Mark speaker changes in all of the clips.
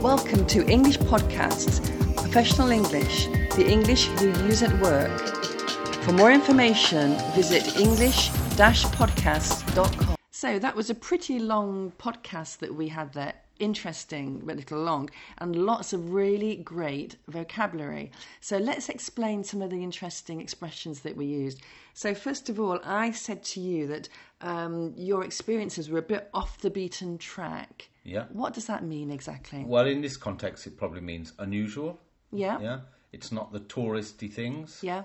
Speaker 1: Welcome to English Podcasts, Professional English, the English you use at work. For more information, visit English podcast.com. So that was a pretty long podcast that we had there. Interesting, but a little long, and lots of really great vocabulary. So let's explain some of the interesting expressions that we used. So, first of all, I said to you that um, your experiences were a bit off the beaten track.
Speaker 2: Yeah.
Speaker 1: What does that mean exactly?
Speaker 2: Well, in this context, it probably means unusual.
Speaker 1: Yeah.
Speaker 2: Yeah. It's not the touristy things.
Speaker 1: Yeah.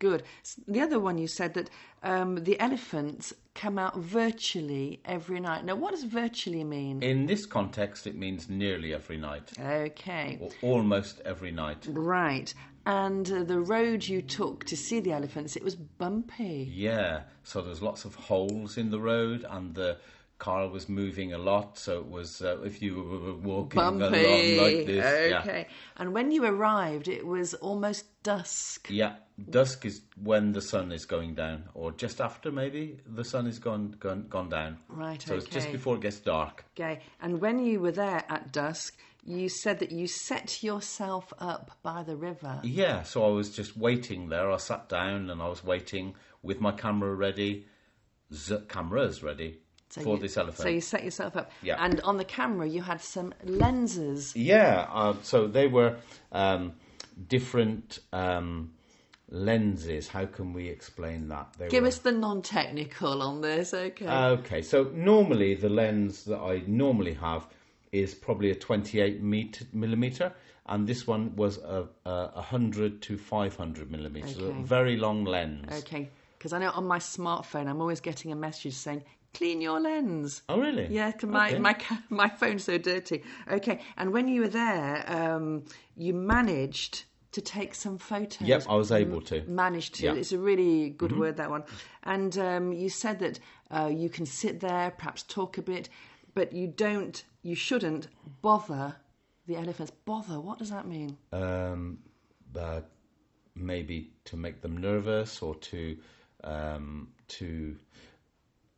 Speaker 1: Good. S the other one you said that um, the elephants come out virtually every night. Now, what does virtually mean?
Speaker 2: In this context, it means nearly every night
Speaker 1: okay.
Speaker 2: or almost every night.
Speaker 1: Right. And uh, the road you took to see the elephants, it was bumpy.
Speaker 2: Yeah. So there's lots of holes in the road and the car was moving a lot. So it was, uh, if you were walking
Speaker 1: Bumpy.
Speaker 2: along like this. Yeah.
Speaker 1: okay. And when you arrived, it was almost dusk.
Speaker 2: Yeah, dusk is when the sun is going down, or just after maybe the sun is gone gone gone down.
Speaker 1: Right,
Speaker 2: So it's just
Speaker 1: okay.
Speaker 2: before it gets dark.
Speaker 1: Okay. And when you were there at dusk, you said that you set yourself up by the river.
Speaker 2: Yeah, so I was just waiting there. I sat down and I was waiting with my camera ready, z- cameras ready for
Speaker 1: you-
Speaker 2: this elephant.
Speaker 1: So you set yourself up.
Speaker 2: Yeah.
Speaker 1: And on the camera, you had some lenses.
Speaker 2: Yeah, uh, so they were um, different um, lenses. How can we explain that? They
Speaker 1: Give
Speaker 2: were-
Speaker 1: us the non technical on this, okay?
Speaker 2: Okay, so normally the lens that I normally have is probably a 28 meter, millimeter, and this one was a, a 100 to 500 millimeters,
Speaker 1: Okay.
Speaker 2: a very long lens.
Speaker 1: okay. Because I know on my smartphone, I'm always getting a message saying, clean your lens.
Speaker 2: Oh, really?
Speaker 1: Yeah, 'cause my,
Speaker 2: Okay.
Speaker 1: my, ca- my phone's so dirty. Okay. And when you were there, um, you managed to take some photos.
Speaker 2: Yep, I was able to.
Speaker 1: managed to.
Speaker 2: Yeah. Mm-hmm.
Speaker 1: It's a really good word, that one. And um, you said that uh, you can sit there, perhaps talk a bit, but you don't, you shouldn't bother the elephants. Bother, what does that mean?
Speaker 2: Um, uh, maybe to make them nervous or to um, to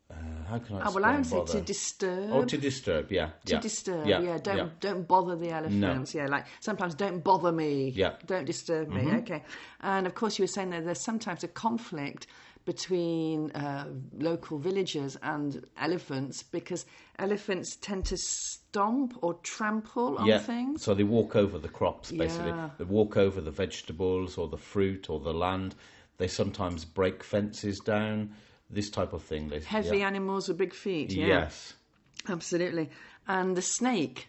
Speaker 2: uh, how can I?
Speaker 1: oh, well, I
Speaker 2: explain
Speaker 1: would say to
Speaker 2: bother?
Speaker 1: disturb.
Speaker 2: or to disturb. Yeah,
Speaker 1: to disturb, yeah. Don't don't bother the elephants, yeah. Like sometimes, don't bother me,
Speaker 2: Yeah. Mm-hmm.
Speaker 1: Don't disturb me, okay. And of course, you were saying that there's sometimes a conflict between uh, local villagers and elephants because elephants tend to stomp or trample on
Speaker 2: yeah.
Speaker 1: things.
Speaker 2: So they walk over the crops, basically.
Speaker 1: Yeah.
Speaker 2: They walk over the vegetables or the fruit or the land. They sometimes break fences down, this type of thing. They,
Speaker 1: Heavy
Speaker 2: yeah.
Speaker 1: animals with big feet, yeah,
Speaker 2: Yes.
Speaker 1: absolutely. And the snake.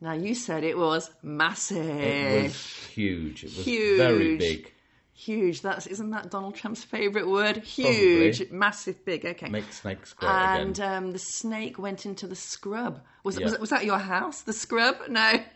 Speaker 1: Now you said it was massive.
Speaker 2: It was huge. It was
Speaker 1: Huge.
Speaker 2: very big.
Speaker 1: Huge. That's isn't that Donald Trump's favourite word? Huge, massive, big. Okay.
Speaker 2: Make snakes great
Speaker 1: and
Speaker 2: Oh, again.
Speaker 1: um, the snake went into the scrub. Was,
Speaker 2: Yeah.
Speaker 1: was was that your house? The scrub? No.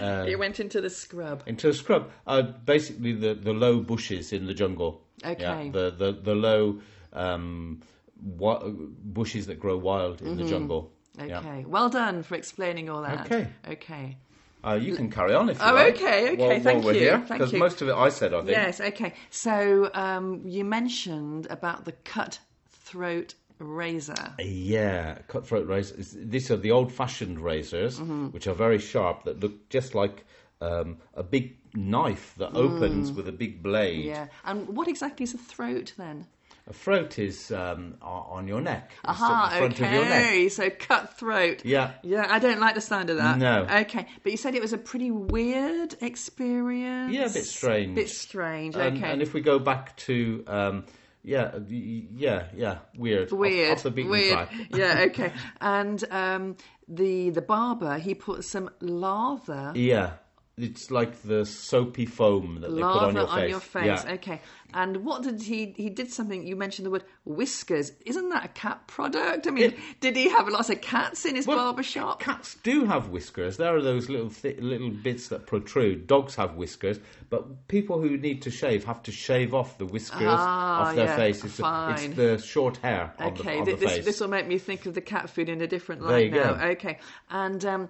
Speaker 2: Uh,
Speaker 1: it went into the scrub.
Speaker 2: Into a scrub. Uh, basically, the, the low bushes in the jungle. Yeah,
Speaker 1: Okay.
Speaker 2: the, the, the low um, wa- bushes that grow wild in
Speaker 1: Mm-hmm.
Speaker 2: the jungle.
Speaker 1: Okay.
Speaker 2: Yeah.
Speaker 1: Well done for explaining all that.
Speaker 2: Okay.
Speaker 1: Okay.
Speaker 2: Uh, you can carry on if you
Speaker 1: Oh,
Speaker 2: like.
Speaker 1: okay, okay,
Speaker 2: while- while
Speaker 1: thank
Speaker 2: we're
Speaker 1: you,
Speaker 2: here,
Speaker 1: thank
Speaker 2: because
Speaker 1: you.
Speaker 2: most of it I said, I think.
Speaker 1: Yes. Okay. So um, you mentioned about the cut throat razor.
Speaker 2: Uh, Yeah, cutthroat razors. These are the old-fashioned razors,
Speaker 1: Mm-hmm.
Speaker 2: which are very sharp, that look just like um, a big knife that opens with a big blade.
Speaker 1: Mm. Yeah. And what exactly is a throat then?
Speaker 2: A throat is um, o- on your neck. It's at
Speaker 1: Aha,
Speaker 2: the front of your neck.
Speaker 1: okay. So cut throat.
Speaker 2: Yeah.
Speaker 1: Yeah, I don't like the sound of that.
Speaker 2: No.
Speaker 1: Okay, but you said it was a pretty weird experience.
Speaker 2: Yeah, a bit strange.
Speaker 1: Bit strange.
Speaker 2: And,
Speaker 1: okay.
Speaker 2: and if we go back to, um, yeah, y- yeah, yeah, weird. Off-
Speaker 1: weird.
Speaker 2: Off, the beaten
Speaker 1: weird.
Speaker 2: track.
Speaker 1: yeah. Okay. And um, the the barber he put some lather.
Speaker 2: Yeah. It's like the soapy foam that they put
Speaker 1: Lather
Speaker 2: on your face. Yeah.
Speaker 1: Okay. And what did he? He did something. You mentioned the word whiskers. Isn't that a cat product? I mean, did he have lots of cats in his
Speaker 2: Well,
Speaker 1: barber shop?
Speaker 2: Cats do have whiskers. There are those little th- little bits that protrude. Dogs have whiskers, but people who need to shave have to shave off the whiskers
Speaker 1: Ah,
Speaker 2: off their
Speaker 1: yeah,
Speaker 2: face. It's,
Speaker 1: fine.
Speaker 2: it's the short hair on
Speaker 1: Okay,
Speaker 2: the, on
Speaker 1: th-
Speaker 2: the
Speaker 1: this,
Speaker 2: face.
Speaker 1: this will make me think of the cat food in a different
Speaker 2: There
Speaker 1: light
Speaker 2: you go.
Speaker 1: now. Okay, and um,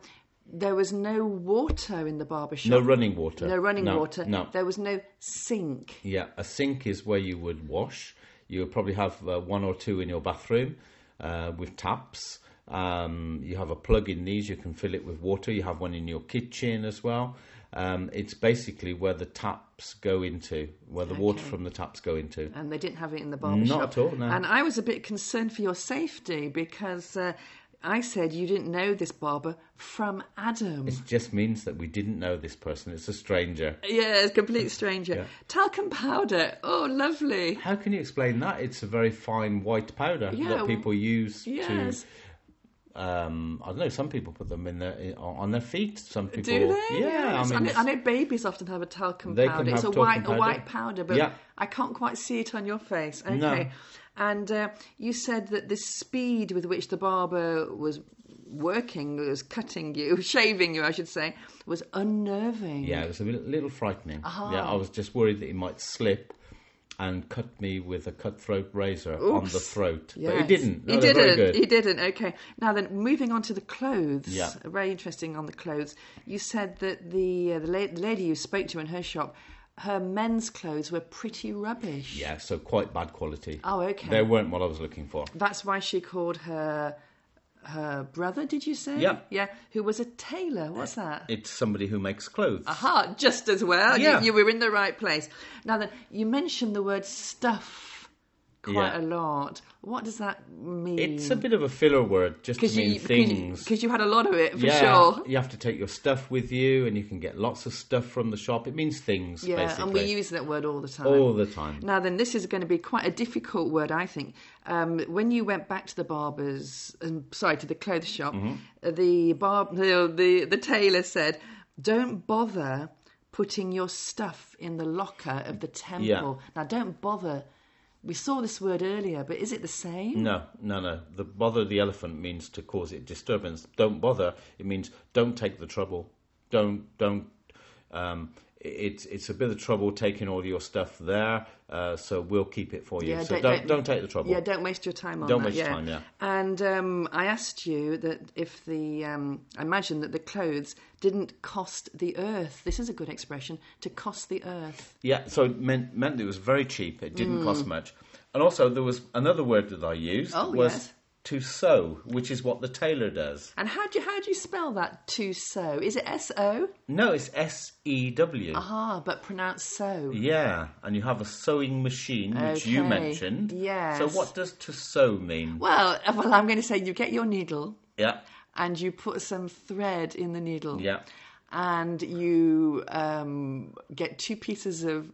Speaker 1: there was no water in the barber shop.
Speaker 2: no running water.
Speaker 1: No running water.
Speaker 2: No.
Speaker 1: There was no sink.
Speaker 2: Yeah, a sink is where you would wash. You would probably have uh, one or two in your bathroom uh, with taps. Um, you have a plug in these, you can fill it with water. You have one in your kitchen as well. Um, it's basically where the taps go into, where the water
Speaker 1: Okay.
Speaker 2: from the taps go into.
Speaker 1: and they didn't have it in the barber shop.
Speaker 2: at all, no.
Speaker 1: And I was a bit concerned for your safety because uh, I said you didn't know this barber from Adam.
Speaker 2: It just means that we didn't know this person. It's a stranger.
Speaker 1: yeah, a complete stranger. Talcum powder. Oh, lovely.
Speaker 2: How can you explain that? It's a very fine white powder
Speaker 1: Yeah,
Speaker 2: that people use
Speaker 1: Yes.
Speaker 2: to. Um, I don't know. Some people put them in their on their feet. Some people,
Speaker 1: Do they?
Speaker 2: yeah.
Speaker 1: Yes.
Speaker 2: I
Speaker 1: I,
Speaker 2: mean,
Speaker 1: know, I know babies often have a talcum
Speaker 2: They
Speaker 1: powder.
Speaker 2: can
Speaker 1: It's a
Speaker 2: have
Speaker 1: white,
Speaker 2: talcum
Speaker 1: a white powder,
Speaker 2: powder.
Speaker 1: but
Speaker 2: Yeah.
Speaker 1: I can't quite see it on your face. Okay.
Speaker 2: No.
Speaker 1: And uh, you said that the speed with which the barber was working, was cutting you, shaving you, I should say, was unnerving.
Speaker 2: Yeah, it was a bit- little frightening. Yeah, I was just worried that he might slip and cut me with a cutthroat razor on the throat. But he
Speaker 1: Yes.
Speaker 2: didn't. No,
Speaker 1: he
Speaker 2: they're
Speaker 1: didn't.
Speaker 2: Very good.
Speaker 1: He didn't. Okay. Now then, moving on to the clothes.
Speaker 2: Yeah.
Speaker 1: Very interesting on the clothes. You said that the uh, the, la- the lady you spoke to in her shop, her men's clothes were pretty rubbish.
Speaker 2: Yeah, so quite bad quality.
Speaker 1: Oh, okay.
Speaker 2: They weren't what I was looking for.
Speaker 1: That's why she called her her brother. Did you say?
Speaker 2: Yeah.
Speaker 1: Yeah. Who was a tailor? What's that?
Speaker 2: It's somebody who makes clothes.
Speaker 1: Aha! Just as well. You-
Speaker 2: Yeah.
Speaker 1: You, were in the right place. Now then, you mentioned the word stuff quite
Speaker 2: Yeah.
Speaker 1: a lot. What does that mean?
Speaker 2: It's a bit of a filler word, just to
Speaker 1: because
Speaker 2: mean
Speaker 1: you,
Speaker 2: things.
Speaker 1: Because you had a lot of it for
Speaker 2: yeah,
Speaker 1: sure.
Speaker 2: you have to take your stuff with you, and you can get lots of stuff from the shop. It means things,
Speaker 1: Yeah,
Speaker 2: basically,
Speaker 1: and we use that word all the time.
Speaker 2: all the time.
Speaker 1: Now, then, this is going to be quite a difficult word, I think. Um, when you went back to the barber's, um, sorry, to the clothes shop, uh, the barb, the, the the tailor said, "Don't bother putting your stuff in the locker of the temple." Now, don't bother. We saw this word earlier, but is it the same?
Speaker 2: No, no, no. The bother the elephant means to cause it disturbance. Don't bother. It means don't take the trouble. Don't don't. Um, i- it's it's a bit of trouble taking all your stuff there. Uh, so we'll keep it for you.
Speaker 1: Yeah,
Speaker 2: so
Speaker 1: don't-
Speaker 2: don't, don't
Speaker 1: don't-
Speaker 2: take the trouble.
Speaker 1: Yeah, don't waste your time on
Speaker 2: Don't
Speaker 1: that.
Speaker 2: waste your time, yeah.
Speaker 1: And um, I asked you that if the, um, I imagine that the clothes didn't cost the earth. This is a good expression to cost the earth.
Speaker 2: Yeah, so it meant meant it was very cheap. It
Speaker 1: Hmm.
Speaker 2: didn't cost much, and also there was another word that I used
Speaker 1: Oh,
Speaker 2: was
Speaker 1: yes.
Speaker 2: to sew, which is what the tailor does.
Speaker 1: And how do you, how do you spell that? To sew is it S O?
Speaker 2: No, it's S E W.
Speaker 1: Ah, but pronounced
Speaker 2: Mm.
Speaker 1: so.
Speaker 2: Yeah, and you have a sewing machine, which you
Speaker 1: Okay,
Speaker 2: mentioned. So
Speaker 1: yes.
Speaker 2: what does to sew mean?
Speaker 1: Well, uh, well, I'm going to say you get your needle
Speaker 2: Yeah,
Speaker 1: and you put some thread in the needle.
Speaker 2: yeah,
Speaker 1: and you um, get two pieces of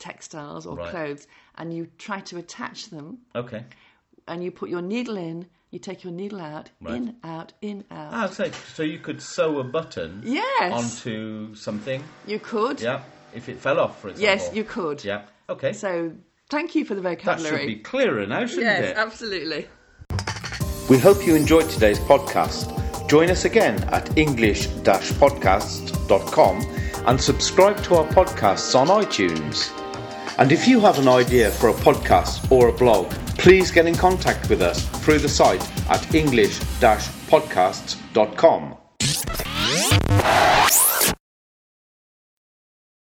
Speaker 1: textiles or
Speaker 2: Right.
Speaker 1: clothes and you try to attach them
Speaker 2: okay.
Speaker 1: and you put your needle in you take your needle out in out in out
Speaker 2: Ah, so so you could sew a button
Speaker 1: yes
Speaker 2: onto something.
Speaker 1: you could
Speaker 2: Yeah, if it fell off, for example.
Speaker 1: yes you could
Speaker 2: Yeah. Okay.
Speaker 1: so thank you for the
Speaker 2: that should be
Speaker 1: vocabulary
Speaker 2: clearer now, shouldn't
Speaker 1: yes
Speaker 2: it?
Speaker 1: absolutely
Speaker 3: We hope you enjoyed today's podcast. Join us again at English podcast.com and subscribe to our podcasts on iTunes. And if you have an idea for a podcast or a blog, please get in contact with us through the site at English podcasts.com.